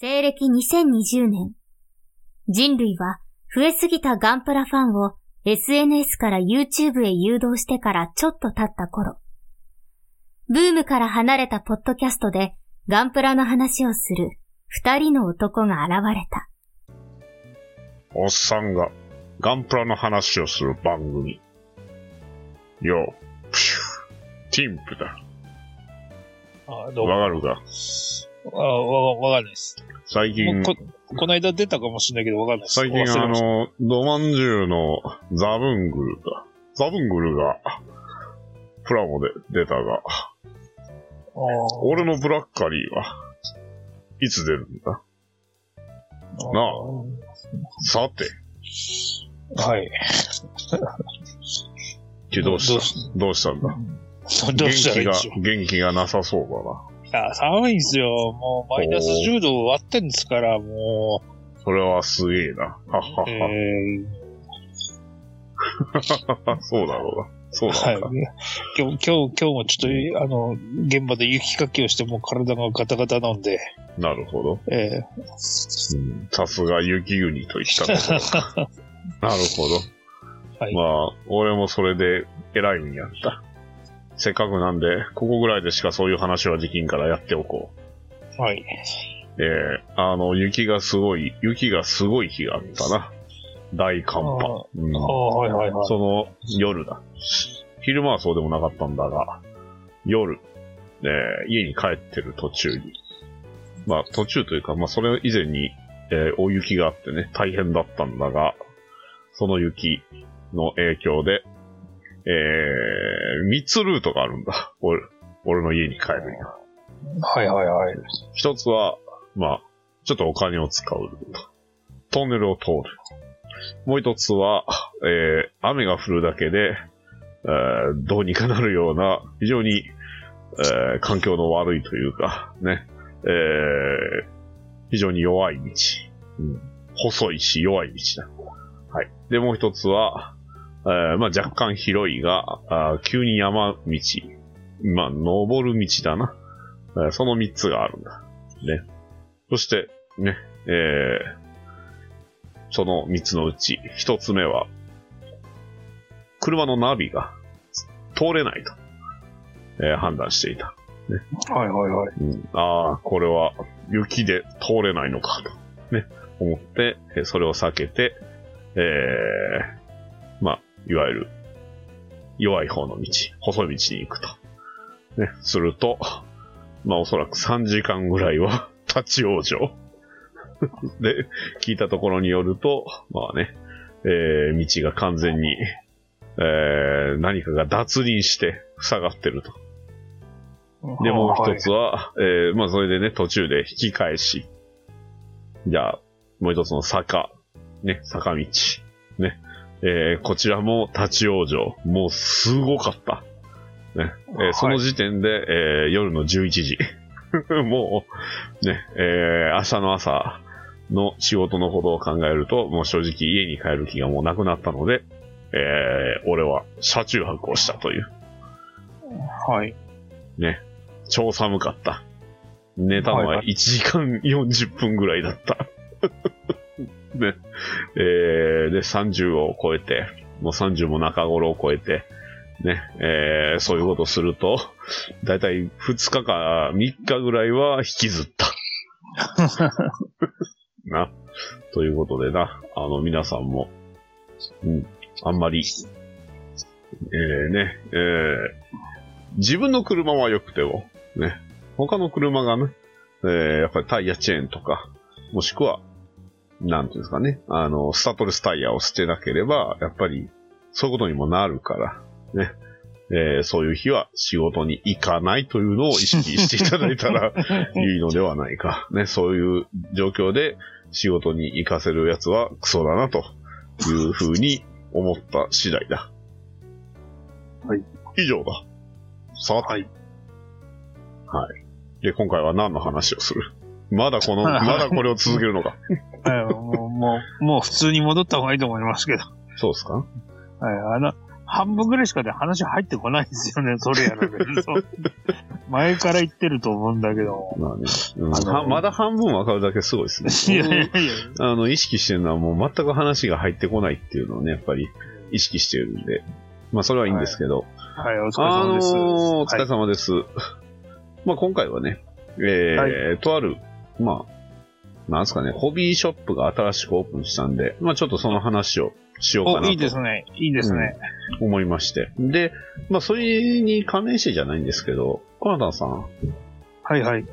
西暦2020年、人類は増えすぎたガンプラファンを SNS から YouTube へ誘導してからちょっと経った頃、ブームから離れたポッドキャストでガンプラの話をする二人の男が現れた。おっさんがガンプラの話をする番組。よう、プシュティンプだ。あ、どうも。わかるかあ、わ、わかんないです。最も近う、こ、この間出たかもしれないけど、わかんないです。最近忘れあました、の、ドマンジューのザブングルだ。ザブングルが、プラモで出たが、俺のブラッカリーは、いつ出るんだあーなあさて、あーはい。けどうどうしした どうしたんだど元うした気らいいがでしょう。、元気がなさそうだな。いや、寒いんですよ。もう、マイナス10度割ってんですから、もそれはすげえな。はっはう。えっは。そうだろうな。そうーはないんだ。。今日、今日、今日もちょっと、あの、現場で雪かきをして、もう体がガタガタなんで、なるほど。えうんさすが雪国といった ところかなるほど。はいまあ、俺もそれで偉いんやった。せっかくなんで、ここぐらいでしかそういう話はできんからやっておこう。ーはい。えー、あの、雪がすごい、雪がすごい日があったな。大寒波。うんあーはいはいはい。その夜だ。昼間はそうでもなかったんだが、夜、えー家に帰ってる途中に、まあ途中というか、まあそれ以前に、えー大雪があってね、大変だったんだが、その雪の影響で、えー、3つルートがあるんだ。俺、 俺の家に帰るには。はいはいはい。一つは、まあ、ちょっとお金を使うルート。トンネルを通る。もう一つは、えー雨が降るだけで、えーどうにかなるような、非常に、えー環境の悪いというか、ね、えー非常に弱い道、うん細いし弱い道だ。はい。で、もう一つは、えーまあ、若干広いが、あー急に山道、まあ、登る道だな。えーその3つがあるんだ。ね。そして、ね、えー、その3つのうち、1つ目は、車のナビが通れないと、えー判断していた。はいはいはい。うん、ああ、これは雪で通れないのか と、ね、思って、えーそれを避けて、えー、まあ、いわゆる弱い方の道、細い道に行くと。ね、すると、まあおそらく3時間ぐらいは 立ち往生。 で、聞いたところによると、まあね、えー道が完全に、えー何かが脱輪して塞がってると。で、もう一つは、えーまあそれでね、途中で引き返し。じゃあ、もう一つの坂。ね、坂道。ね。えーこちらも立ち往生。もうすごかった。ね。えーその時点で、えー夜の11時。 もう、ね、えー明日の朝の仕事のことを考えると、もう正直家に帰る気がもうなくなったので、えー俺は車中泊をしたという。はい。ね、超寒かった。寝たのはいはは1時間40分ぐらいだった。 ね、えーで、30を超えて、もう30も中頃を超えて、ね、えーそういうことすると、だいたい2日か3日ぐらいは引きずっ た。な。ということでな、あの、皆さんも、うん、あんまり、えーね、えー自分の車は良くても、ね、他の車がね、えーやっぱりタイヤチェーンとか、もしくは、なんていうんですかね、あの、スタッドレスタイヤを捨てなければ、やっぱり、そういうことにもなるから、ね、えーそういう日は仕事に行かないというのを意識していただいた らいいのではないか。ね、そういう状況で仕事に行かせるやつはクソだな、というふうに思った次第だ。はい。以上だ。さて。はい。はい。で、今回は何の話をするまだ この、まだこれを続けるのか。えーもう、もう、もう普通に戻った方がいいと思いますけど。そうですかはい、あの、半分ぐらいしかね、話入ってこないんですよね、それやられると。前から言ってると思うんだけど。まあね。うんあのはまだ半分わかるだけすごいです いね。やいやいや。あの、意識してるのはもう全く話が入ってこないっていうのをね、やっぱり意識してるんで。まあ、それはいいんですけど。はい、お疲れあ様のです。ーお疲はいれ様です。 まあ今回はね、えーとある、まあ、なんですかね、ホビーショップが新しくオープンしたんで、まあちょっとその話をしようかお、ないいですね。いいですね。と思いまして。で、まあそれに関連してじゃないんですけど、コナタンさん、はいはい。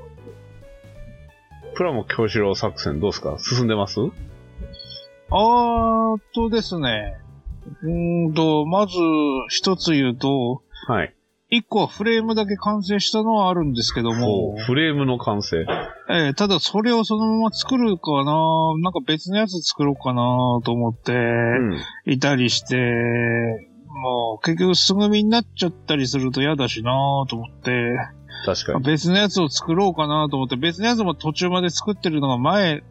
プラモ教師郎作戦どうですか進んでますあーっとですね。うーんと、まず一つ言うと、はい。一個はフレームだけ完成したのはあるんですけどももう、、フレームの完成。えーただそれをそのまま作るかな、なんか別のやつ作ろうかなと思って、うん。いたりして、もう結局素組みになっちゃったりすると嫌だしなと思って、確かに。別のやつを作ろうかなと思って、別のやつも途中まで作ってるのが前、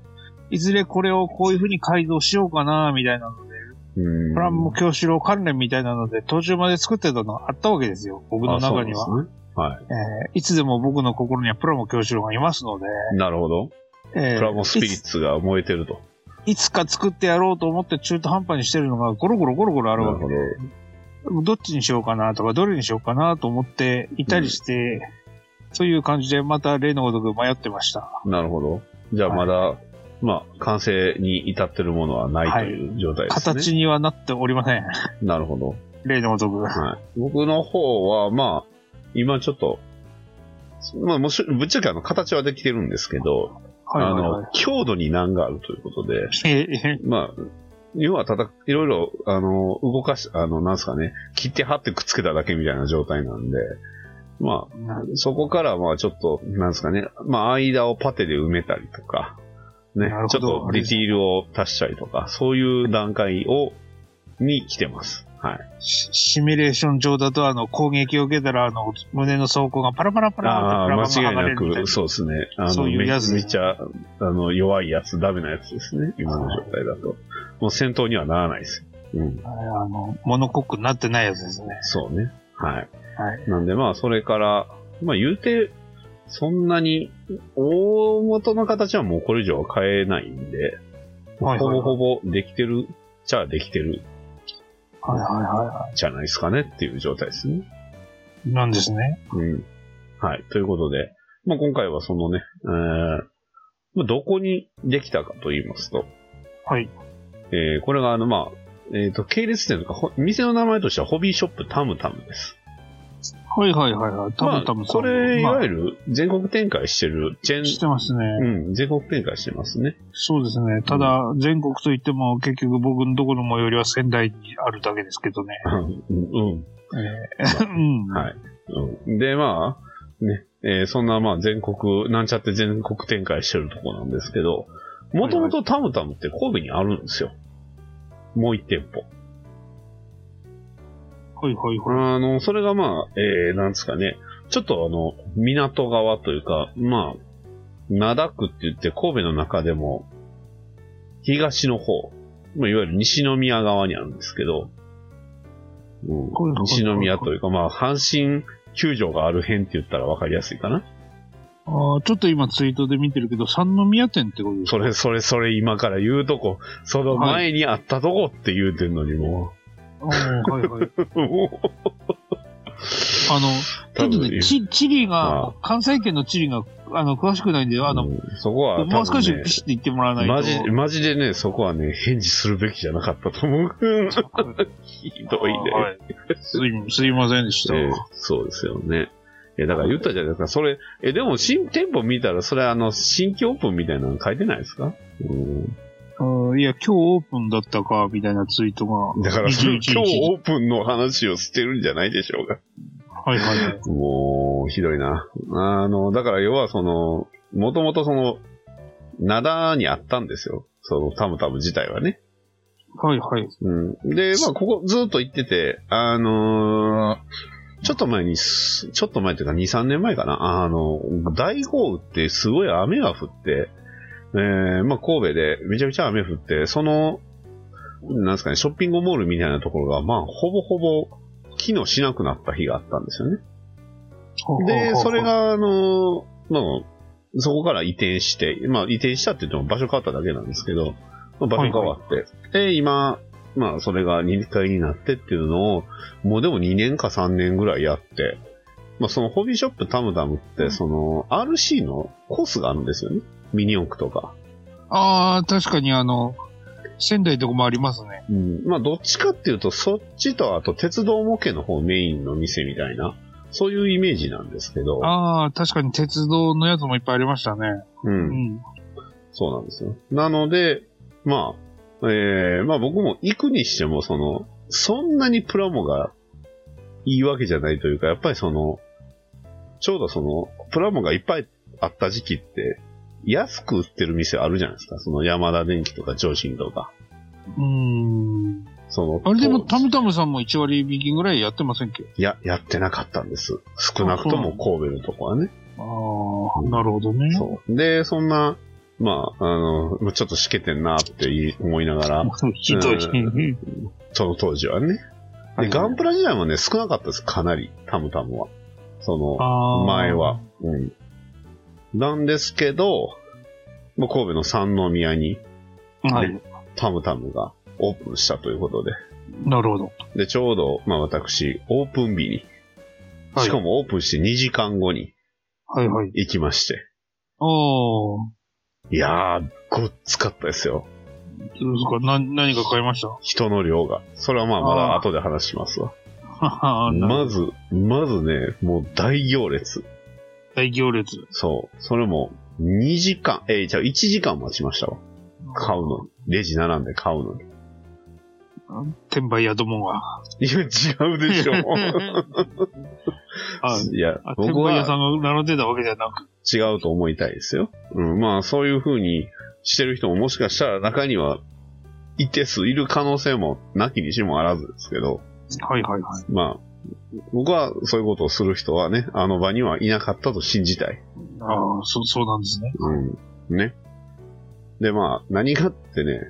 いずれこれをこういう風に改造しようかなみたいなので、うん。プラモ教師郎関連みたいなので、途中まで作ってたのがあったわけですよ、僕のあそう中なんにですは。ねはえーいつでも僕の心にはプラモ教師郎がいますので、い。なるほど。えープラモスピリいッツが燃えてると。ついつか作ってやろうと思って中途半端にしてるのがゴロゴロゴロゴロあるわけで、どっちにしようかなとか、どれにしようかなと思っていたりして、そういう感じでまた例のごとく迷ってました。なるほど。じゃあはいまだ、まあ、完成に至ってるものはないという状態ですね。形にはなっておりま せん。なるほど。例のごとく。はい。僕の方は、まあ、今ちょっと、まあ、もし、ぶっちゃけあの、形はできてるんですけど、はいはいはあいの、強度に難があるということで、ええ。まあ、要はただ、いろいろ、あの、動かし、あの、なんですかね、切って貼ってくっつけただけみたいな状態なんで、まあ、そこからまあちょっと、なんですかね、まあ間をパテで埋めたりとか、ねなる、ちほょっどとディティールを足したりとか、そういう段階を、に来てます。はい。シ シミュレーション上だと、あの、攻撃を受けたら、あの、胸の装甲がパラパラパあラあってプー、ラ間違いが剥がれなるみたいく、そうですね。あその、ういうめめやつっちゃ、あの、弱いやつ、ダメなやつですね。今の状態だと。もう戦闘にはならないです。うん。な。はいあの、モノコックになってないやつですね。そうね。はい。はなんでまあ、それから、まあ言うて、そんなに、大元の形はもうこれ以上は変えないんで、はいはいはいほぼほぼできてる、じゃあできてるはいはいはいはじゃないですかねっていう状態ですね。い。なんですね。うん。はい。ということで、まあ今回はそのね、えーまあ、どこにできたかと言いますと、はい。えーこれがあのまあ、えっ、と、系列店とか、ほ店の名前としてはホビーショップタムタムです。はいはいはいはい。たぶんたぶまあ、んこれ、いわゆる。る全国展開してるチェーン、してますね。うん、全国展開してますね。そうですね。ただ、全国といっても、結局僕のところもよりは仙台にあるだけですけどね。うん、えーうん。はいうん。で、まあ、ね、えーそんなまあ全国、なんちゃって全国展開してるとこなんですけど、もともとタムタムって神戸にあるんですよ。もう一店舗。はいはいはい。あの、それがまあ、えー、なんですかね、ちょっとあの、港側というか、まあ、灘区って言って神戸の中でも、東の方、まあ、いわゆる西宮側にあるんですけど、うんはいはいはい西宮というか、まあ、阪神球場がある辺って言ったらわかりやすいかな。あーちょっと今ツイートで見てるけど、三宮店ってことですそかれ、それ、それ、今から言うとこ、その前にあったとこって言うてんのにもあーはいはい。う、もう あの、ちょ 多っと分ね、チチリあが、関西圏のチリが、あの、詳しくないんで、あの、うんそこは多分、ね、もう少しピシッて言ってもらわないと。マジ、マジでね、そこはね、返事するべきじゃなかったと思 う。ひどいね、あーはいすい、すいませんでした。ええそうですよね。え、だから言ったじゃないですか。それ、え、でも新店舗見たら、それあの、新規オープンみたいなの書いてないですかうん。うんいや、今日オープンだったか、みたいなツイートが。だ から、それ21今日オープンの話を捨てるんじゃないでしょうか。はいはいはい。もう、ひどいな。あの、だから要はその、もともとその、灘にあったんですよ。その、タムタム自体はね。はいはい。うん。で、まあ、ここずっと行ってて、あのーちょっと前にす、ちょっと前というか2、3年前かな、あの、大豪雨ってすごい雨が降って、えーまあ、神戸でめちゃくちゃ雨降って、その、なんですかね、ショッピングモールみたいなところが、まあ、ほぼほぼ機能しなくなった日があったんですよね。で、それ、が、あの、まあ、そこから移転して、まあ、移転したって言っても場所変わっただけなんですけど、まあ場所変わって、で、今、まあ、それが2階になってっていうのを、もうでも2年か3年ぐらいやって、まあ、そのホビーショップタムタムって、その、RC のコースがあるんですよね。ミニオンクとか。ああ、確かにあの、仙台とかもありますね。うん、まあ、どっちかっていうと、そっちと、あと、鉄道模型の方メインの店みたいな、そういうイメージなんですけど、ああ、確かに鉄道のやつもいっぱいありましたね。う、うんん。そうなんですよ。なので、まあ、えー、まあ僕も行くにしても、その、そんなにプラモがいいわけじゃないというか、やっぱりその、ちょうどその、プラモがいっぱいあった時期って、安く売ってる店あるじゃないですか。その山田電機とか上信とか。うん。その、あれでも、こうタムタムさんも1割引きぐらいやってませんっけいや、やってなかったんです。少なくとも神戸のとこはね。ああ、なるほどね。そう。で、そんな、まあ、あの、まあちょっとしけてんなって思いながら、ひどい。ううんその当時はね。はで、いガンプラ時代もね、少なかったです、かなり、タムタムは。その、あー前は。。うん。なんですけど、まあ、神戸の三宮にはい。タムタムがオープンしたということで。なるほど。で、ちょうど、まあ私、オープン日に、はいしかもオープンして2時間後にはいはい。行きまして。おー。いやー、ごっつかったですよ。どうですかな何か買いました人の量が。それはまあまだあー後で話しますわ。ははまず、まずね、もう大行列。 大行列。そう。それも、2時間、えー、じゃあ1時間待ちましたわ。買うのに。レジ並んで買うのに。転売屋どもが。いや、違うで しょ。あいやあ、転僕売屋はさんが並んでたわけじゃなく。違うと思いたいですよ。うん、まあ、そういう風にしてる人ももしかしたら中には、一定数いる可能性もなきにしもあらずですけど、はいはいはい。まあ、僕はそういうことをする人はね、あの場にはいなかったと信じたい。ああ、そう、そうなんですね。うん。ね。で、まあ、何がってね、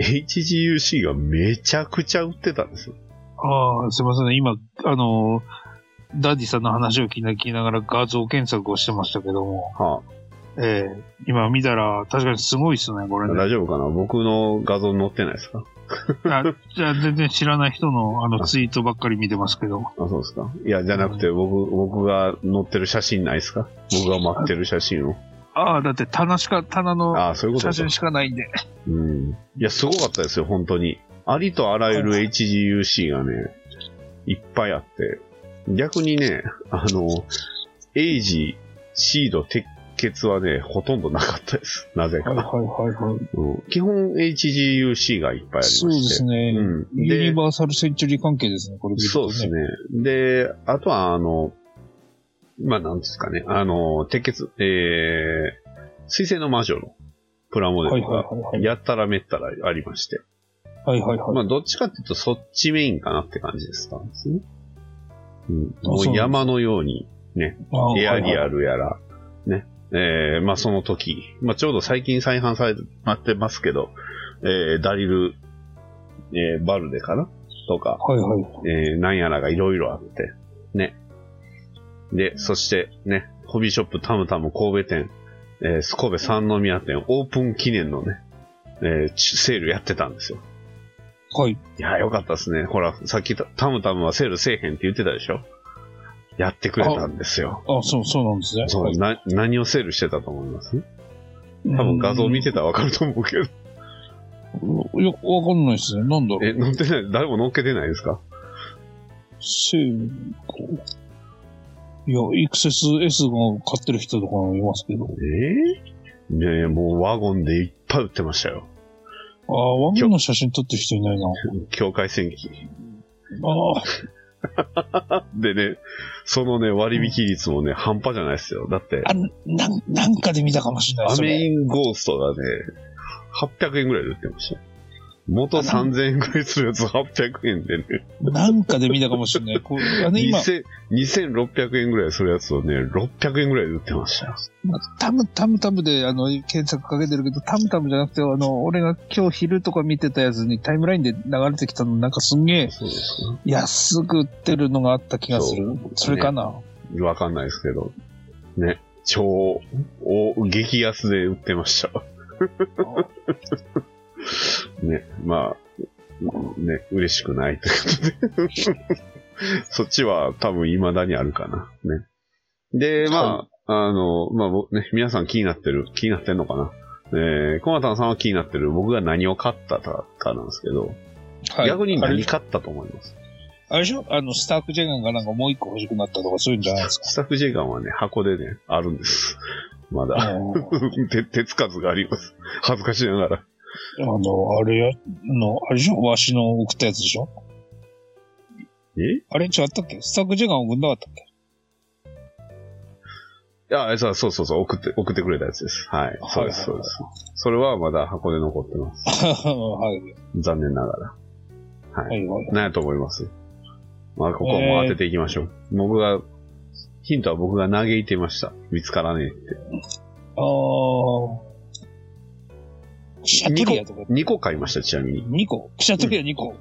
HGUC がめちゃくちゃ売ってたんですよ。ああ、すいませんね。今、あのー、ダディさんの話を聞きな聞きながら画像検索をしてましたけども、はええ今見たら確かにすごいっすね、こあ、れね。 大丈夫かな僕の画像載ってないですかあじゃあ全然知らない人のあのツイートばっかり見てますけど。あ、そうですかいや、じゃなくて、僕、僕が載ってる写真ないですか僕が待ってる写真を。ああ、だって棚しか、棚のああ、そういうこと写です真しかないんで。うん。いや、すごかったですよ、本当に。ありとあらゆる HGUC がね、いっぱいあって。逆にね、あの、エイジ、シード、鉄血はね、ほとんどなかったです。なぜか。 はいはい。うん基本 HGUC がいっぱいありまして。そうですね。うんでユニバーサルセンチュリー関係ですね、これ見るとそうです。ね。で、あとは、あの、まあ、なんですかね、あの、鉄血、えー、水星の魔女のプラモはデいルはいが、はいはい。やったらめったらありまして。はいはいはい。まあ、どっちかっていうと、そっちメインかなって感じですかね。うん。あもそうなんうだ山のように、あエアはいリはいアルやら、ね。えー、まあ、その時、まあ、ちょうど最近再販されてってますけど、えー、ダリル、えー、バルデかなとか、はいはい。えー、なんやらがいろいろあって、ね。で、そしてね、ホビーショップタムタム神戸店、えー、神戸三宮店オープン記念のね、えーちセールやってたんですよ。はい。いや、よかったですね。ほら、さっきタタムタムはセールせえへんって言ってたでしょやってくれたんですよ。あ、そう、そうなんですね。そう、はいな、何をセールしてたと思います多分画像見てたらわかると思うけど。うんいや、わかんないですね。なんだろえ、う。載ってない誰も載っけてないですかセールこういや、イクセス S が買ってる人とかもいますけど。えー、いやいや、もうワゴンでいっぱい売ってましたよ。ああ、ワンの写真撮ってる人いないな。境界線機。ああ、でね、そのね、割引率もね、半端じゃないですよ。だって、あなん、なんかで見たかもしれないアそれメインゴーストがね、800円ぐらいで売ってましたよ。元3000円くらいするやつ800円でね、なんかで見たかもしれない。こう あの今、 2000 2600円くらいするやつをね、600円くらいで売ってましたよ。まあタムタムタムであの検索かけてるけど、タムタムじゃなくて、あの、俺が今日昼とか見てたやつにタイムラインで流れてきたの、なんかすんげえそうです安く売ってるのがあった気がする。それかな。ね。わかんないですけど、ね、超、お激安で売ってました。ね、まあ、ね、嬉しくないということで。 そっちは多分未だにあるかな。ね。で、まあ、あの、まあ、ぼね、皆さん気になってる、気になってんのかな。えー、コマタンさんは気になってる、僕が何を買ったかなんですけど、は い逆にあれ何買ったと思います。あれでしょあの、スタークジェガンがなんかもう一個欲しくなったとかそういうんじゃないです か。スタッフジェガンはね、箱でね、あるんです。まだ。あの、 手、手つかずがあります。恥ずかしながら。あのあれや、あの、あれでしょわしの送ったやつでしょえいあれ違ったっけスタークジェガン送んなかったっけや、そうそうそうそう、送って、送ってくれたやつです。はい。そうです、そうです。それはまだ箱で残ってます。 はい。残念ながら。は。はいいはい。何やと思いますまあ、ここはもう当てていきましょう。僕が、ヒントは僕が嘆いていました。見つからねえって。ああ。くしゃとりやとか。 2個買いました、ちなみに。 2個くしゃとりや2個。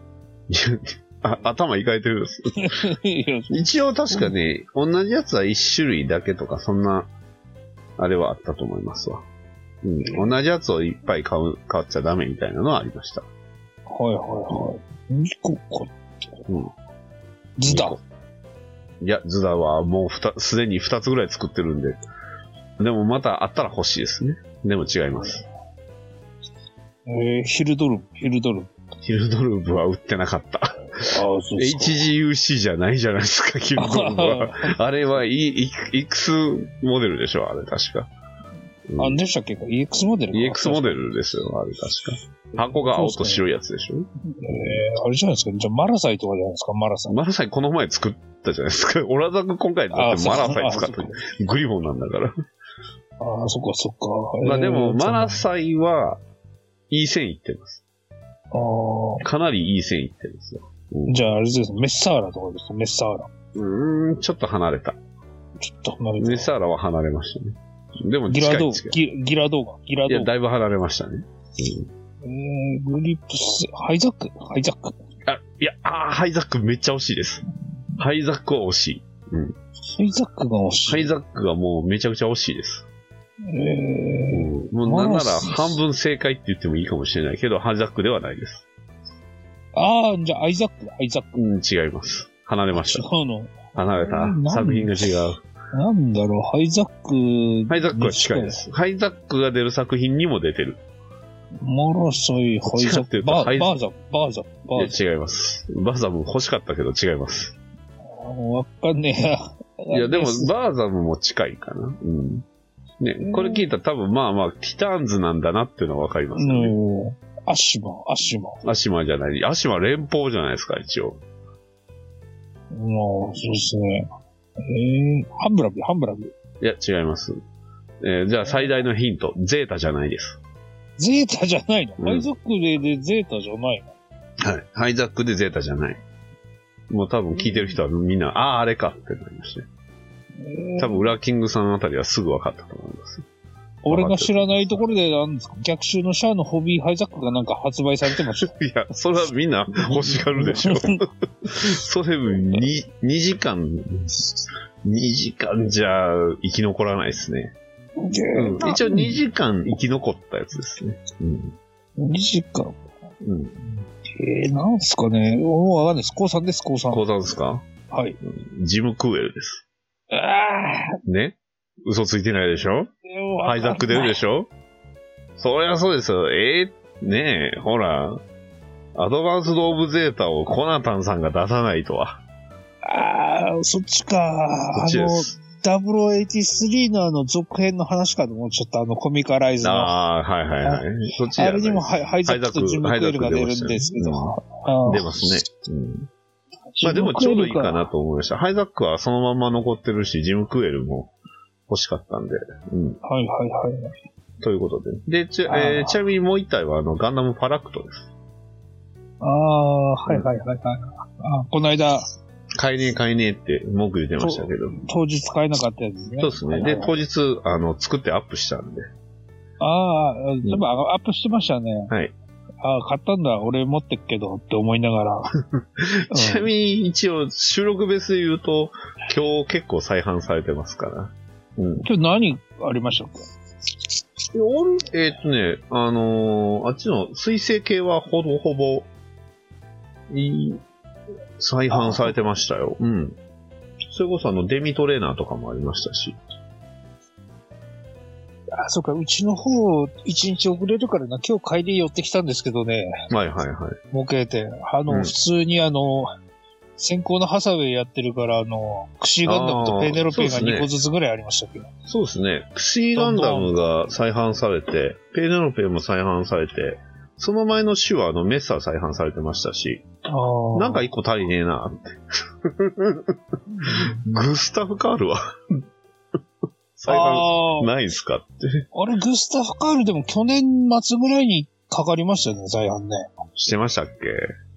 あ頭いかれてるんです。 いや一応確かね、同じやつは1種類だけとか、そんな、あれはあったと思いますわ。うん。同じやつをいっぱい買う、買っちゃダメみたいなのはありました。はいはいはい。2個か。うん。ズダ。いや、ズダはもうふた、すでに2つぐらい作ってるんで。でもまたあったら欲しいですね。でも違います。えー、ヒルドルム、ヒルドルム。ヒルドルブは売ってなかった。ああ、そうですか。 HGUC じゃないじゃないですか、ヒルドルブは。 あれはいい、いいくつモデルでしょ、あれ確か。うんあ、でしたっけか ?EX モデルか EX モデルですよ、あれ確か。箱が青と白いやつでしょえー、あれじゃないですか。じゃあ、マラサイとかじゃないですか、マラサイ。マラサイこの前作ったじゃないですか。オ ラザク今回だってマラサイ使っあた。グリボンなんだから。ああ、そっかそっか。まあでも、マラサイ。サイは、いい線いってます。ああかなりいい線いってますよ。ー。じゃあ、あれですね、メッサーラとかですか、メッサーラ。うーん、ちょっと離れた。ちょっと離れてネサーラは離れましたね。でもギ近ラドいー近ガ、い。ギギラドーガ、ギラいドや、ーガ。だいぶ離れましたね。うんえー、グリップス、ハイザック、ハイザック。あ、いや、あーハイザックめっちゃ惜しいです。ハイザックは惜しい。ハイザックが欲しい。ハイザックがもうめちゃくちゃ惜しいです。えー、もうなんなまらあ半分正解って言ってもいいかもしれないけど、ハイザックではないです。ああ、じゃあ、アイザックだ、アイザック。うん、違います。離れまし違た。うの。離れなたん。作品が違う。なんだろう、ハイザック。ハイザックは近いで。す。ハイザックが出る作品にも出てる。マラサイ、ハイザ違うって言うック。とバハイーバーザック、バーザック、バいーや、ザック違います。バザム欲しかったけど違います。あー。わかんねえや。いや、でも、バーザムも近いかな。うん。ね、これ聞いたら多分まあまあ、ティターンズなんだなっていうのはわかりますよね。うん。アッシュマン、アッシュマン。アシマじゃない。アシマ連邦じゃないですか、一応。うん、そうですね。えー、ハンブラビ、ハンブラビ。いや、違います。えーじゃあ最大のヒント。ゼータじゃないです。ゼータじゃないの、うんハイザックででゼータじゃないのはい。ハイザックでゼータじゃない。もう多分聞いてる人はみんな、ああ、あれかってなりましたね。えー多分、ウラキングさんあたりはすぐ分かったと思います。俺が知らないところで、なんですか、逆襲のシャアのホビーハイザックがなんか発売されてました。いや、それはみんな欲しがるでしょ。それ、に、2時間、2時間じゃ生き残らないですね。うんう一応2時間生き残ったやつですね。うん。 2時間。うん。えー、なんすかね。もうわかんないです。高3です、高3。高三ですかはい。ジム・クーエルです。ああね嘘ついてないでしょーハイザック出るでしょそりゃそうですよ。えーねえ、ほら。アドバンスド・オブ・ゼータをコナタンさんが出さないとは。ああ、そっちか。こっちです。あの、0083のあの、続編の話かと思っちゃった。あの、コミカライズの。あああー、はいはいはい。そっちじゃなれいにもハイハイザックとジムクエルが出るんですけど。あー出ますね。。うんまあでもちょうどいいかなと思いました。ハイザックはそのまんま残ってるし、ジム・クエルも欲しかったんで。うん。はいはいはい。ということで。で、ち,、あーえーちなみにもう一体はあのガンダム・パラクトです。ああ、はいはいはいはい。あこの間、買えねえ買えねえって文句言ってましたけど。当日買えなかったやつですね。そうですね。で、当日、あの、作ってアップしたんで。ああ、全部アップしてましたね。はい。ああ、買ったんだ、俺持ってっけどって思いなが ら。うんちなみに、一応、収録ベースで言うと、今日結構再販されてますから。うん。今日何ありましたっけえーっとね、あのーあっちの水星系はほぼほぼ、い再販されてましたよ。うん。それこそあの、デミトレーナーとかもありましたし。あ、そうか、うちの方、一日遅れるからな、今日帰り寄ってきたんですけどね、はいはいはい。模型店。あの、うん普通にあの、先行のハサウェイやってるから、あの、クシーガンダムとペーネロペーあーそうがですね2個ずつぐらいありましたけど。そうですね。クシーガンダムが再販されて、ペーネロペも再販されて、その前の週はあの、メッサー再販されてましたし、ああ。なんか一個足りねえなって。グスタフカールは 再販あーないんすかって。あれ、グスタフ・カールでも去年末ぐらいにかかりましたよね、財販ね。してましたっけ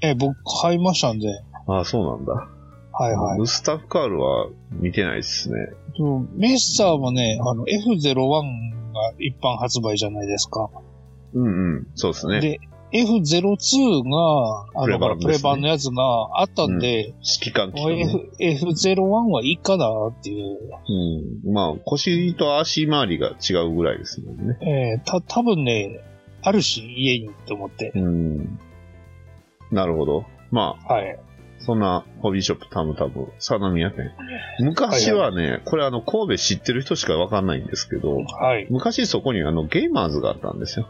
ええ、僕買いましたんで。ああ、そうなんだ。はいはい。グスタフ・カールは見てないですね。とメッサーもね、あの、F01 が一般発売じゃないですか。うんうん、そうですね。で、F02 が、あプレの、版プレ版のやつがあったんで、指揮官機ともうね、 F F01 はいいかなっていう。うん。まあ、腰と足回りが違うぐらいですもんね。ええた、多分ね、あるし、家にって思って。うん。なるほど。まあ、はい。そんなホビーショップタムタム、佐野宮店。昔はね、これあの、神戸知ってる人しかわかんないんですけど、はい。昔そこにあの、ゲーマーズがあったんですよ。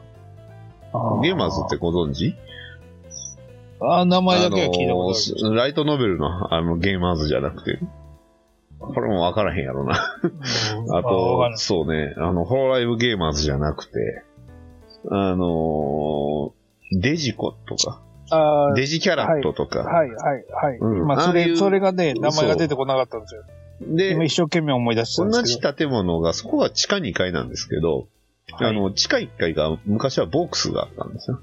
あゲーマーズってご存知あー、名前だけは聞いたことある。あのライトノベルのあのゲーマーズじゃなくて、これもわからへんやろな。 うんあわかんと、ないそうね、あの、ホロライブゲーマーズじゃなくて、あのーデジコとか、あーデジキャラットとか、はい、はい、はい。うんまあ、そああいれ、うそれがね、名前が出てこなかったんですよ。で今、一生懸命思い出してたんで同すじけど。建物が、そこが地下2階なんですけど、はいあの、地下1階が昔はボックスがあったんですよ。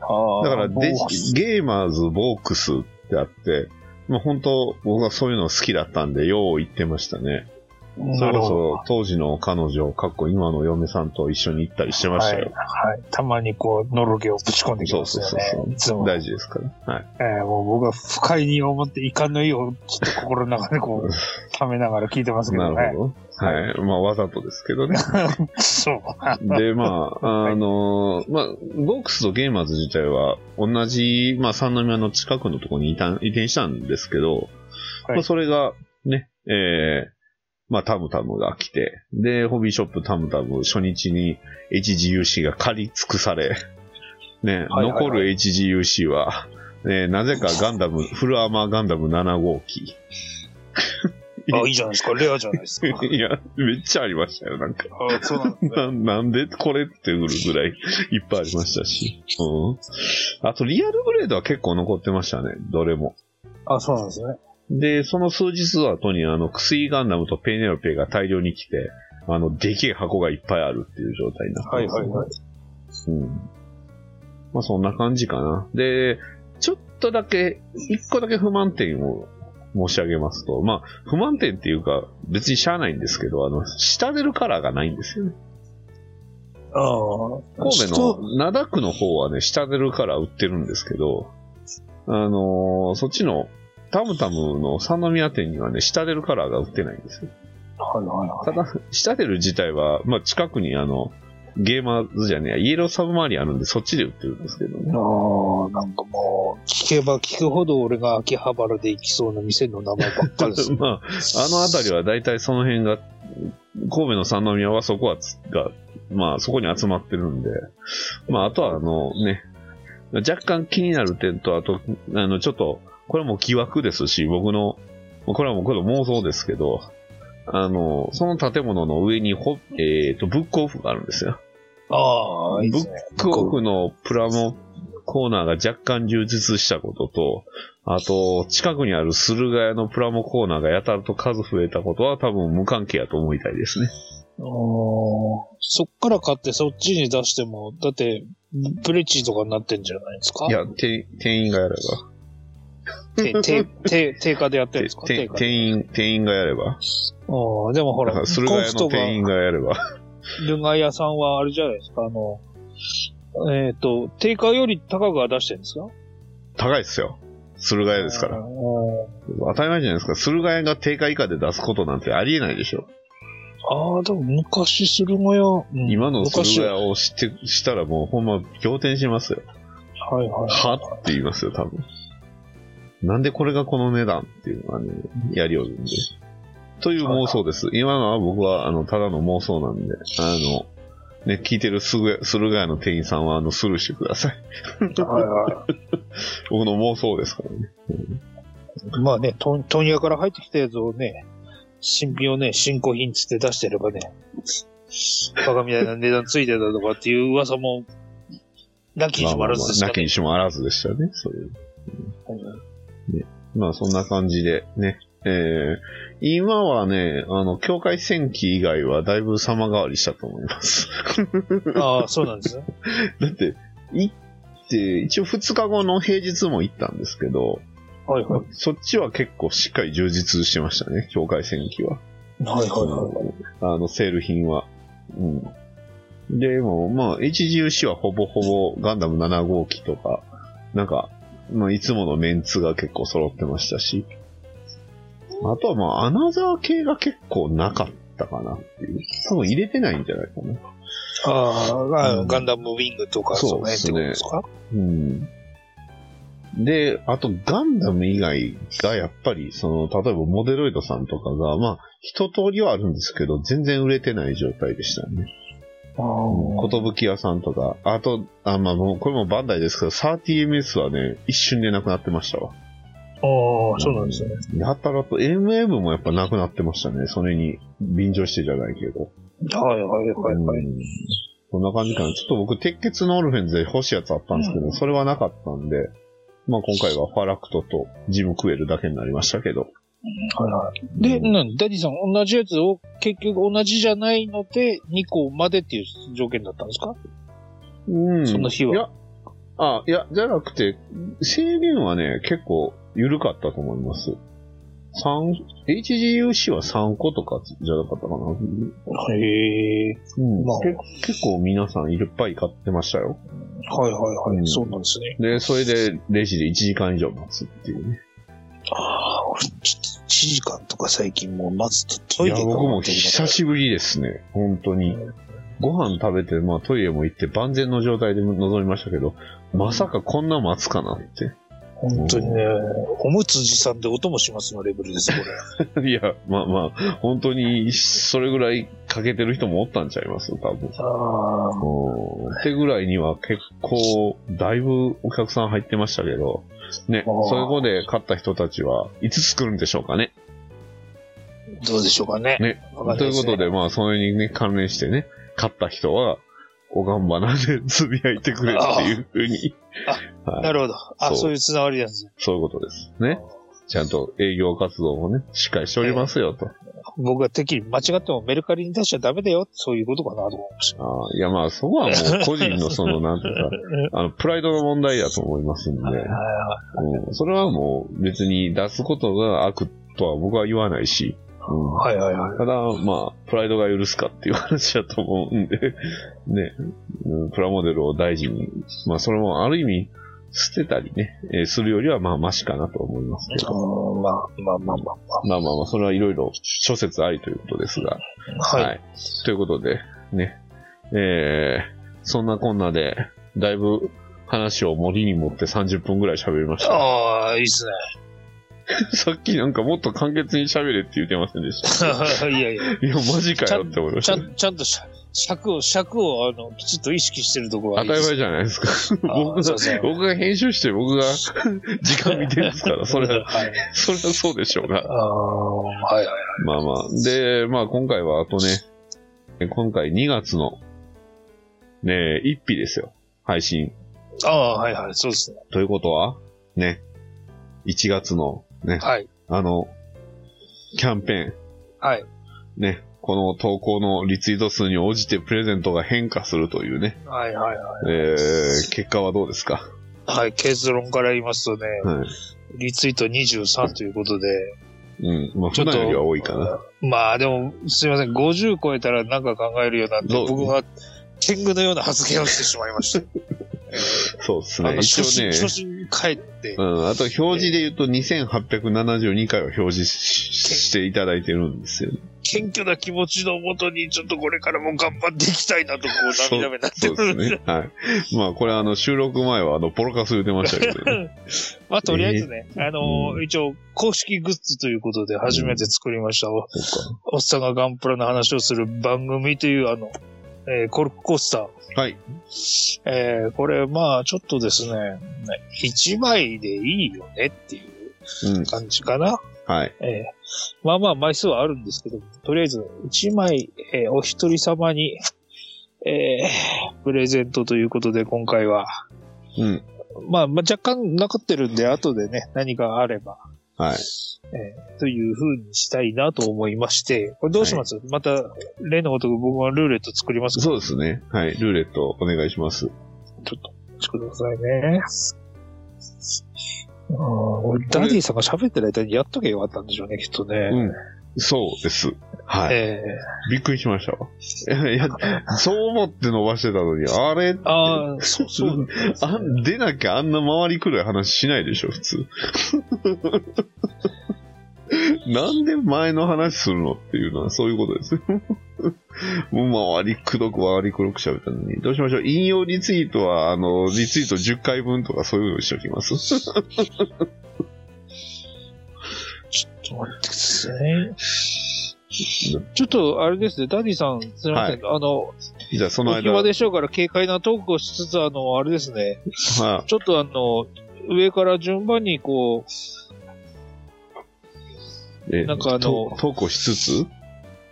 あーだからもうデジ、ゲーマーズボックスってあって、まあ、本当、僕はそういうの好きだったんで、よう行ってましたね。そなれるこほど。そ、当時の彼女、かっこ今の嫁さんと一緒に行ったりしてましたよ。はい。たまにこう、のろけをぶち込んできそまうそすうよそうね。いつそう。も。え大事ですから。はい。ーもう僕は不快に思って、遺憾の意をちょっと心の中でこう、ためながら聞いてますけなどるね。ほど。はい。まあ、わざとですけどね。そう。で、 まあ、あのーまあ、ボックスとゲーマーズ自体は、同じ、まあ、三宮の近くのところに移転移転したんですけど、はいまあ、それが、ね、えー、まあ、タムタムが来て、で、ホビーショップタムタム、初日に HGUC が借り尽くされ、 ね、はいはい残る HGUC は、ね、なぜかガンダム、フルアーマーガンダム7号機。 あ、いいじゃないですか。レアじゃない ですか。いや、めっちゃありましたよ、なんか。あそうなんですね。ななんでこれっていうぐらいいっぱいありましたし。うん。あと、リアルブレードは結構残ってましたね、どれも。あ、そうなんですね。で、その数日後に、あの、クスイガンダムとペネロペが大量に来て、あの、でけえ箱がいっぱいあるっていう状態になってはいはいはいい。。うん。まあ、そんな感じかな。で、ちょっとだけ、一個だけ不満点を申し上げますと、まあ、不満点っていうか、別にしゃあないんですけど、あの、下出るカラーがないんですよね。ああ。神戸の灘区の方はね、下出るから売ってるんですけど、あのーそっちのタムタムの三宮店にはね、下出るカラーが売ってないんですよ。はいはいはい。ただ、下出る自体は、まあ、近くにあの、ゲーマーズじゃねえや、イエローサブマリンあるんで、そっちで売ってるんですけどね。。ああ、なんかもう、聞けば聞くほど俺が秋葉原で行きそうな店の名前ばっかりです まあ、あの辺りは大体その辺が、神戸の三宮はそこはつが、まあそこに集まってるんで、まああとはあのね、若干気になる点と、あと、あのちょっと、これも疑惑ですし、僕の、これはもうこれ妄想ですけど、あの、その建物の上にほ、えっ、と、ブックオフがあるんですよ。ああ、いいですね。ブックオフのプラモコーナーが若干充実したことと、あと、近くにある駿河屋のプラモコーナーがやたらと数増えたことは多分無関係やと思いたいですね。あーそっから買ってそっちに出しても、だって、プレチーとかになってんじゃないですかいや、て店員がやれば。て、て、て、定価でやってるてんですか定 て価で。店員、店員がやれば。あーでもほ、だからら、駿河甲屋府のとか、店員がやれば。ルガ屋さんはあれじゃないですか、あの、えっ、と、定価より高くは出してるんですか高いっすよ。駿河屋ですから。あー当たり前じゃないですか。駿河屋が定価以下で出すことなんてありえないでしょ。あー、でも昔駿河屋、うん今の駿昔、河はい屋を知って、したらもうほんま仰天しますよ。はい。はって言いますよ、多分。なんでこれがこの値段っていうのがね、やりよるんで。という妄想です。今のは僕は、あの、ただの妄想なんで、あの、ね、聞いてるすぐ、駿河屋の店員さんは、あの、スルーしてください。 はいは僕の妄想ですからね。い。 まあね、問問屋から入ってきたやつをね、新品をね、新古品つって出してればね、バカみたいな値段ついてたとかっていう噂も、なきにしもあらずですまあまあまあかなきねに。しもあらずでしたね、そういう。まあそんな感じでね。えー、今はね、あの、境界戦記以外はだいぶ様変わりしたと思います。 ああ、そうなんですね。だって、行って、一応2日後の平日も行ったんですけど、はいはい。そっちは結構しっかり充実してましたね、境界戦記は。はいはいはい。あの、セール品は。うん。でも、まあ、HGUC はほぼほぼガンダム7号機とか、なんか、まあ、いつものメンツが結構揃ってましたし、あとはまあ、アナザー系が結構なかったかなっていう。多分入れてないんじゃないかな。ああ、うんガンダムウィングとか、その辺ってことですかうん。で、あと、ガンダム以外がやっぱり、その、例えばモデロイドさんとかが、まあ、一通りはあるんですけど、全然売れてない状態でしたね。ああことぶき屋さんとか、あと、あ、まあもう、これもバンダイですけど、30ms はね、一瞬でなくなってましたわ。ああ、そうなんですね。やたらと、MM もやっぱなくなってましたね。それに、便乗してじゃないけど。はいはいはいはい。うんそんな感じかな。ちょっと僕、鉄血のオルフェンズで欲しいやつあったんですけど、それはなかったんで、まあ今回はファラクトとジムクエルだけになりましたけど。はいはい、で、うんなんダディさん、同じやつを結局同じじゃないので、2個までっていう条件だったんですかうん。その日はいや、あ、いや、じゃなくて、制限はね、結構緩かったと思います。三 HGUC は3個とかじゃなかったかな。うへえ。ん。まあけ結構皆さんいっぱい買ってましたよ。はいはいはい、うんそうなんですね。で、それでレジで1時間以上待つっていうね。ああ、俺、ちょっと1時間とか最近もう待つとトいイレや、が僕も待ってる久しぶりですね。本当に。ご飯食べて、まあトイレも行って万全の状態で臨みましたけど、まさかこんな待つかなって。本当にね、おむつ持参で音もしますのレベルです、こ れ。いや、まあまあ、本当に、それぐらい欠けてる人もおったんちゃいます多分。 ああ、うんってぐらいには結構、だいぶお客さん入ってましたけど、ね、あーそういうことで勝った人たちはいつ作るんでしょうかね。どうでしょうかね。ねわかんといないうですこねとで、まあ、それにね、関連してね、勝った人は、おがんばなんで つぶやいてくれっていうふうに、なるほど。あ、そそうういうつながりなんですね。そういうことです。ね。ちゃんと営業活動もね、しっかりしておりますよと。僕がてっきり間違ってもメルカリに出しちゃダメだよ。そういうことかなと思いました。あーいや、まあ、そこはもう個人の その、なんていうか、あの、プライドの問題だと思いますんで、うん、それはもう別に出すことが悪とは僕は言わないし、うんはいはいはい。ただ、まあ、プライドが許すかっていう話だと思うんで、 ね、うんプラモデルを大事に、まあ、それもある意味、捨てたりね、えーするよりは、まあ、マシかなと思いますけど、うんまあまあまあままあまあまあ、それはいろいろ諸説ありということですが、あ。はい。ということで、ね、えー、そんなこんなで、だいぶ話を森に持って30分ぐらい喋りました。ああ、いいっすね。 さっきなんかもっと簡潔に喋れって言ってませんでした。いやいや、いや、マジかよって思いましちゃた。ん、ちゃんとし尺を、尺を、あの、きちっと意識してるところ当はたいいりです前じゃないですか。あー 僕そがうそう、僕が編集して、僕 が時間見てるんですから、それは、はい。それはそうでしょうあが。あ、はいはい。まあまあ。で、まあ今回はあとね、今回2月の、ね、一日ですよ。配信。ああ、はいはい。そうですね。ということは、ね、1月の、ね、はい。あの、キャンペーン、はい。ね、この投稿のリツイート数に応じてプレゼントが変化するというね、はいはいはえー、結果はどうですか、い。はい、結論から言いますとね、はいリツイート23ということで、うんまあ、ちょ普っと段よりは多いかな。まあでも、すいません、50超えたらなんか考えるようになってど、う僕が天狗のような発言をしてしまいました。えそうですー、あね。の一初応心、ね、初心帰って、うん、あと表示で言うと2872回を表示ししていただいてるんですよね。謙虚な気持ちのもとに、ちょっとこれからも頑張っていきたいなと、こうそう涙目になっ てそうくるでんすで。ね。はい。まあこれあの収録前はあのポロカス言ってましたけ どね。 まあとりあえずね、あのー一応、公式グッズということで初めて作りました、おそおっさんがガンプラの話をする番組という、あの、えーコルクコースター。うか。はい。えーこれ、まあ、ちょっとですね、1枚でいいよねっていううん。感じかな。はい。ええまあまあ枚数はあるんですけど、とりあえず1枚、えーお一人様に、えープレゼントということで今回は、うん。まあ、まあ、若干残ってるんで、後でね、何かあれば、はい。という風にしたいなと思いまして、これどうします、また、例のごとく僕はルーレット作りますから、そうですね。はい。ルーレットお願いします。ちょっとお待ちくださいね。あー俺ダディさんが喋ってる間にやっとけばよかったんでしょうね、きっとね。うん。そうです。はい。ええびっくりしましたわ。いや、そう思って伸ばしてたのに、あれああ、そうそう。あん出なきゃあんな回りくるい話しないでしょ、普通。 なんで前の話するのっていうのはそういうことです。 もう回りくどく回りくどく喋ったのに。どうしましょう引用リツイートは、あの、リツイート10回分とかそういうのにしときます。 ちょっと待ってください。ちょっと、あれですね、ダディさん、すみません。あの、じゃあそのお間、暇はいでしょうから軽快なトークをしつつ、あの、あれですね、ちょっとあの、上から順番にこう、えなんかあのと投稿しつつ、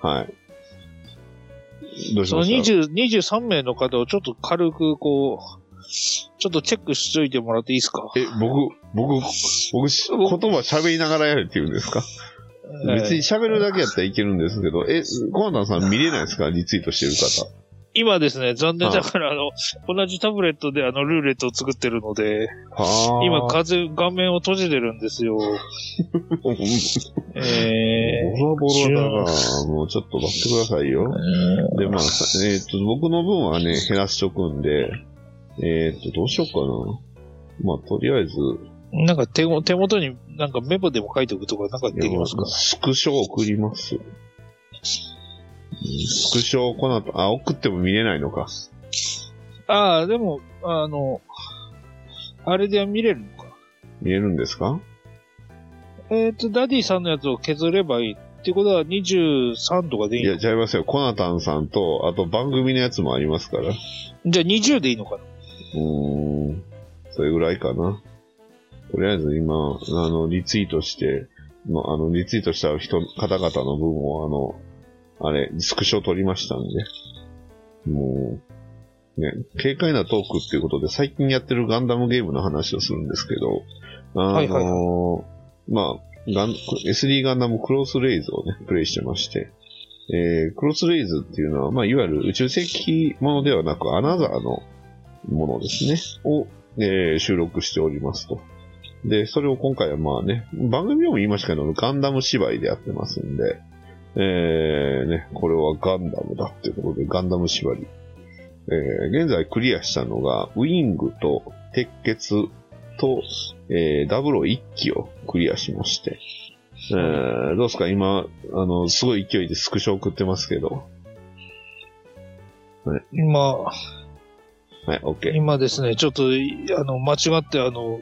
はい。どうしそのました20 23名の方をちょっと軽くこう、ちょっとチェックしといてもらっていいですかえ、僕、僕、僕し、言葉喋りながらやるって言うんですか別に喋るだけやったらいけるんですけど、え、コアナさん見れないですかリツイートしてる今ですね、残念ながら、あの、同じタブレットであの、ルーレットを作ってるので、方。はあ 今、風、画面を閉じてるんですよ。ボえロボロだなもうちょっと待ってくださいよ。ー、で、まあ、えっと、僕の分はね、減らしとくんで、えっと、どうしようかな。まあ、とりあえず、なんか手も手元になんかメモでも書いておくとか、なんかできますかスクショ送ります。うんスクショをこの後、あ、送っても見れないのか。ああ、でも、あの、あれでは見れるのか。見れるんですかえっ、と、ダディさんのやつを削ればいい。ってことは23とかでいいいのや、ちゃいますよ。コナタンさんと、あと番組のやつもありますから。うじゃあ20でいいのかなーん。それぐらいかな。とりあえず今、あの、リツイートして、まあ、あの、リツイートした人、方々の分を、あの、あれ、スクショ取りましたんで。もう、ね、軽快なトークっていうことで、最近やってるガンダムゲームの話をするんですけど、あのいはいまあ、ガン、SD ガンダムクロスレイズをね、プレイしてまして、えー、クロスレイズっていうのは、まあ、いわゆる宇宙世紀ものではなく、アナザーのものですね、を、えー収録しておりますと。で、それを今回はまあね、番組でも言いましたけど、ガンダム芝居でやってますんで、えー、ね、これはガンダムだっていうことで、ガンダム縛り。えー、現在クリアしたのが、ウィングと鉄血と、えー、ダブル1機をクリアしまして、えー、どうですか今、あの、すごい勢いでスクショ送ってますけど、今、はい、OK。今ですね、ちょっと、いあの、間違って、あの、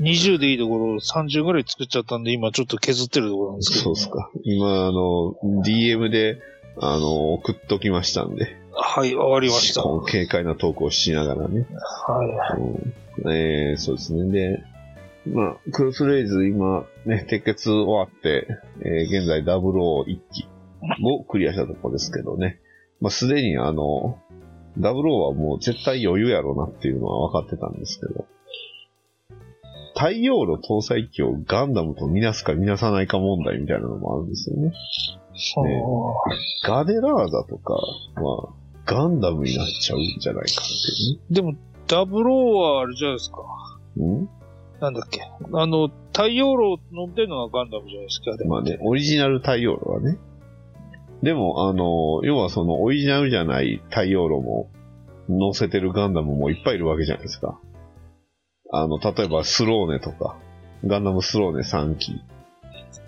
20でいいところを30ぐらい作っちゃったんで、今ちょっと削ってるところなんですけど、そうです。か。今、あの、DM で、あの、送っときましたんで、はい、わかりました。この軽快なトークをしながらね、はうんえー、そうですね。で、まあ、クロスレイズ今、ね、鉄血終わって、えー現在001期をクリアしたところですけどね。まあ、すでにあの、00はもう絶対余裕やろうなっていうのは分かってたんですけど、太陽の搭載機をガンダムとみなすかみなさないか問題みたいなのもあるんですよね。い。そガデラーザとか、まあ、ガンダムになっちゃうんじゃないかっう。でも、ダブローはあれじゃないですか。ていうね。なんだっけ。あの、太陽炉飲んでるのはガンダムじゃないですか。あれんまあね、オリジナル太陽炉はね。でも、あの、要はそのオリジナルじゃない太陽炉も、乗せてるガンダムもいっぱいいるわけじゃないですか。あの、例えばスローネとか、ガンダムスローネ3機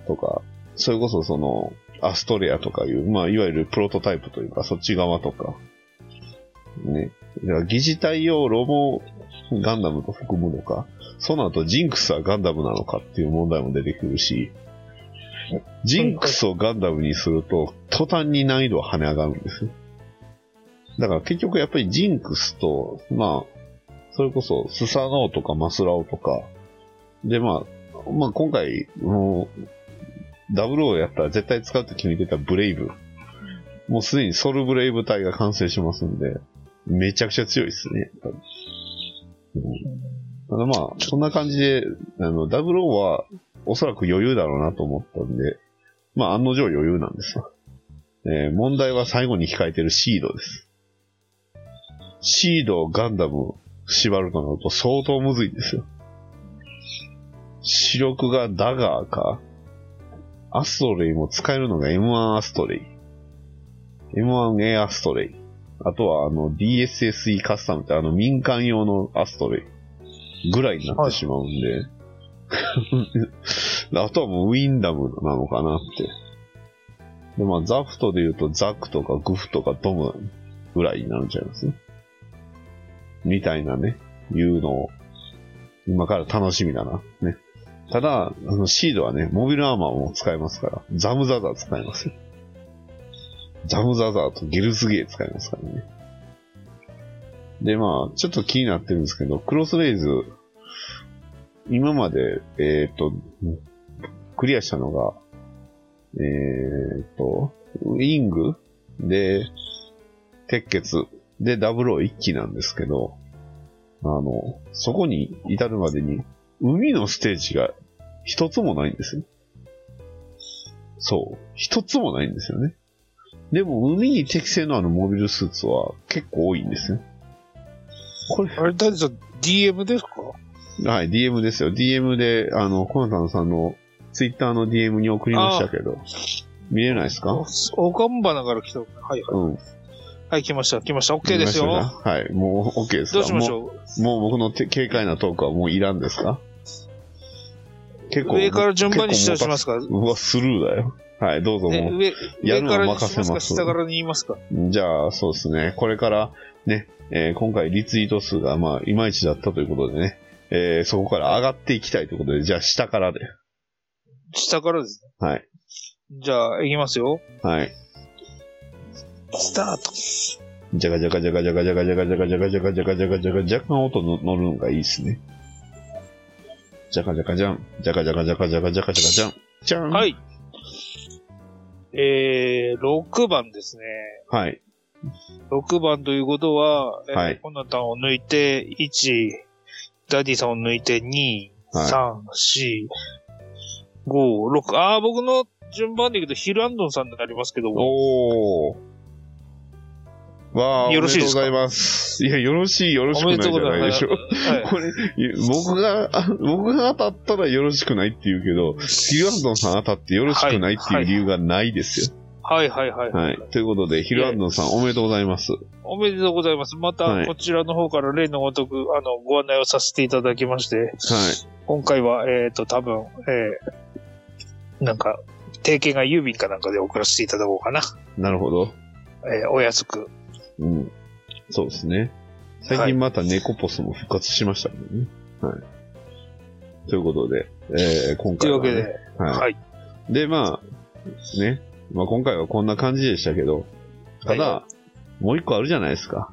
とか、それこそその、アストレアとかいう、まあ、いわゆるプロトタイプというか、そっち側とか、ね。だから疑似太陽炉もガンダムと含むのか、その後ジンクスはガンダムなのかっていう問題も出てくるし、ジンクスをガンダムにすると、途端に難易度は跳ね上がるんですよ。だから結局やっぱりジンクスと、まあ、それこそスサノオとかマスラオとか、でまあ、まあ今回、もう、ダブルをやったら絶対使うと決めてたブレイブ。もうすでにソルブレイブ隊が完成しますんで、めちゃくちゃ強いですね。うん、ただまあ、そんな感じで、あの、ダブルオーはおそらく余裕だろうなと思ったんで、まあ案の定余裕なんですよ。えー問題は最後に控えてるシードです。シードをガンダム縛るとなると相当むずいんですよ。主力がダガーか、アストレイも使えるのが M1 アストレイ、M1A アストレイ、あとはあの DSSE カスタムってあの民間用のアストレイぐらいになってしまうんで、 あとはもうウィンダムなのかなって。で、まあ、ザフトで言うと、ザクとかグフとかドムぐらいになるんちゃいますみたいなね、いうのを、今から楽しみだな。ね。ただ、あの、シードはね、モビルアーマーも使えますから、ザムザザー使えますよ。ザムザザーとゲルズゲー使えますからね。で、まあ、ちょっと気になってるんですけど、クロスレイズ、今まで、えっ、と、クリアしたのが、えっ、と、ウィングで、鉄血で、ダブルを1機なんですけど、あの、そこに至るまでに、海のステージが一つもないんですよ。そう。一つもないんですよね。でも、海に適正のあのモビルスーツは結構多いんですよ。これ、あれ、だってさ、DM ですかはい、DM ですよ。DM で、あの、コナタンさんのツイッターの DM に送りましたけど、見れないですかおかんばなから来た。はいはい。うん。はい、来ました、来ました。OK です見まよ。したかはい、もう OK ですかどうしましょもうもう僕のて軽快なトークはもういらんですか結う。構。上から順番に結下構出しますかうわ、スルーだよ。はい、どうぞね、も上、や上るのかはらに任しせまますすか下からに言いますかう。じゃあ、そうですね。これから、ね、えー今回リツイート数が、まあ、いまいちだったということでね、えーそこから上がっていきたいということで、じゃあ、下からで。下からですね。はい。じゃあ、いきますよ。はい。スタート。じゃがじゃがじゃがじゃがじゃがじゃがじゃがじゃがじゃがじゃがじゃがじゃが若干音の乗るのがいいですね。じゃかじゃかじゃん。じゃかじゃかじゃかじゃかじゃかじゃかじゃん。じゃん。は。い。えー、6番ですね。はい。 6番ということは、えーはいコナタンを抜いて、1、ダディさんを抜いて、2、はい3、4、5、6。ああ、僕の順番でいくと、ヒルアンドンさんになりますけど、おー。わあ、よろしいですかおめでとうございます。いや、よろしい、よろしくないじゃないでしょ。は これ、僕が、 あ僕が当たったらよろしくないって言うけど、ヒルアンドンさん当たってよろしくないっていう理由がないですい、はい、はい、よ。はい。はい。ということで、ヒルアンドンさんおめでとうございます。おめでとうございます。まはた、いこちらの方から例のごとく、あの、ご案内をさせていただきまして、はい。今回は、えっ、と、多分、えー、なんか、定型が郵便かなんかで送らせていただこうかな。なるほど。えーお安く。うん。そうですね。最はい近また猫ポスも復活しましたもんね。はい。ということで、えー、今と回いうは、ね。わけで、はい。はい。で、まあ、ね。まあ今回はこんな感じでしたけど、ただ、はもう一個あるじゃないですか。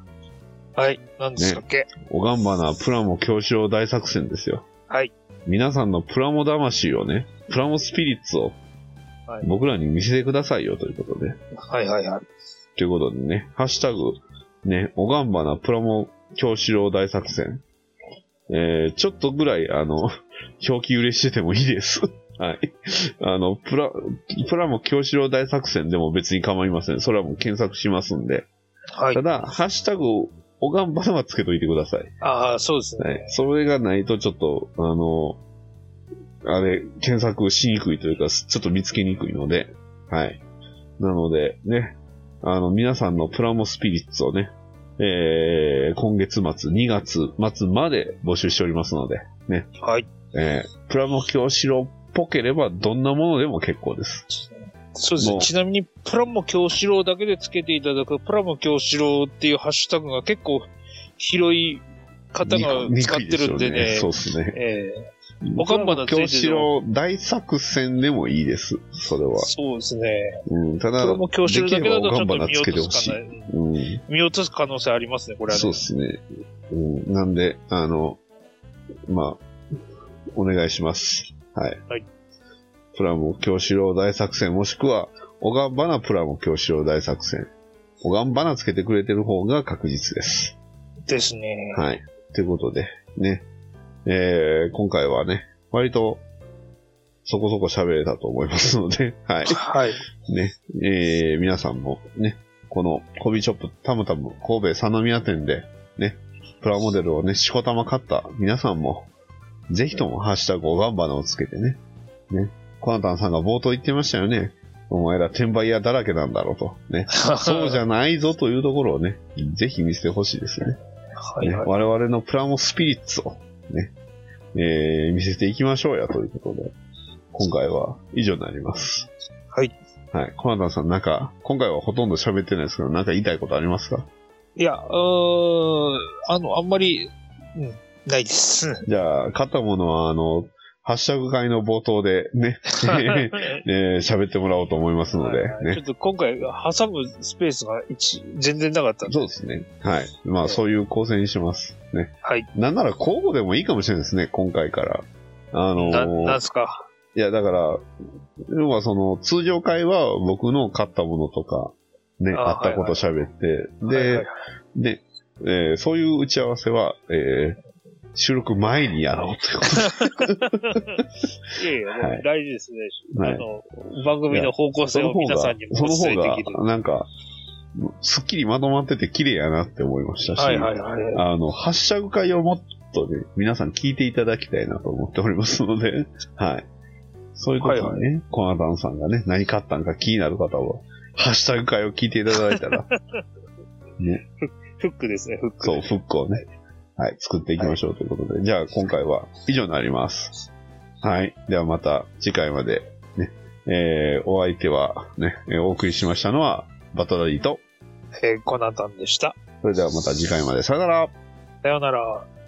はい。何でしたっけ、おがんばなプラモ教師大作戦ですよ。はい。皆さんのプラモ魂をね、プラモスピリッツをはい、僕らに見せてくださいよということで。はいはいはい。ということでね、ハッシュタグ、ね、おがんばなプラモ教師郎大 作戦。えー、ちょっとぐらい、あの、表記揺れしててもいいです。 はい。あの、プラ、プラも京志郎大作戦でも別に構いません。それはもう検索しますんで。はいた。だ、ハッシュタグ、おがんばらはつけといてください。ああ、そうですね。はい。それがないとちょっと、あの、あれ、検索しにくいというか、ちょっと見つけにくいので、はい。なので、ね、あの、皆さんのプラモスピリッツをね、えー、今月末、2月末まで募集しておりますので、はい。えー、プラモ教師郎っぽければどんなものでも結構です。そうですもね。うちなみに、プラモ京志郎だけでつけていただく、プラモ京志郎っていうハッシュタグが結構広い方がに使ってるんでにくいね。すよそうですね。ええおかんばだついて教る師郎大作戦でもいいです、それは。そうですね。うん、たプだラ、モ京志郎だけだとちょっと見落とすできかれない。うん、見落とす可能性ありますね、これはね。そうですね。うん、なんで、あの、まあ、お願いします。はい。はいプラモ京志郎大作戦、もしくは、おがんばなプラモ京志郎大作戦。おがんばなつけてくれてる方が確実です。ですね。はい。ということで、ね。えー、今回はね、割と、そこそこ喋れたと思いますので、はい。はい。ね、えー、皆さんもね、このコビーショップたむたむ神戸三宮店でね、プラモデルをね、しこたま買った皆さんも、ぜひともハッシュタグおがんばなをつけてね、ね、コナタンさんが冒頭言ってましたよね。お前ら転売屋だらけなんだろうと。ね。そうじゃないぞというところをね、ぜひ見せてほしいですね。はいねはい。我々のプラモスピリッツをね、えー見せていきましょうやということで、今回は以上になります。はい。はい。コナタンさん、なんか、今回はほとんど喋ってないですけど、なんか言いたいことありますかいや、うーん、あの、あんまり、うん、ないです。じゃあ、買ったものは、あの、ハッシュタグ会の冒頭で ね、えー喋ってもらおうと思いますので、ちょね。っと今回、挟むスペースが一全然なかったんで。そうですね。はい。まはあ、いそういう構成にします。ね。はい。なんなら、交互でもいいかもしれないですね、今回から。あのーな、なんすか。いや、だから、要はその、通常会は僕の買ったものとか、ね、ああったこと喋って、はいで、はいで、えーそういう打ち合わせは、えー収録前にやろうということ いやいや、もはいう大事ですね。はいあの、番組の方向で、そ性のを方皆さがんに、もそおの伝え方できる。が、なんか、すっきりまとまってて綺麗やなって思いましたし、はいはいはい。あの、ハッシュタグ会をもっとね、皆さん聞いていただきたいなと思っておりますので、 はい。そういう時にね、はいコナタンさんがね、何買ったんか気になる方は、ハッシュタグ会を聞いていただいた ら、フックですね、フック。そう、フックをね、はい、作っていきましょうということで、じゃあ今回は以上になります。はい。ではまた次回まで、ね、えー、お相手はね、えーお送りしましたのは、バトラリーと、えーコナタンでした。それではまた次回まで、さよならさようなら。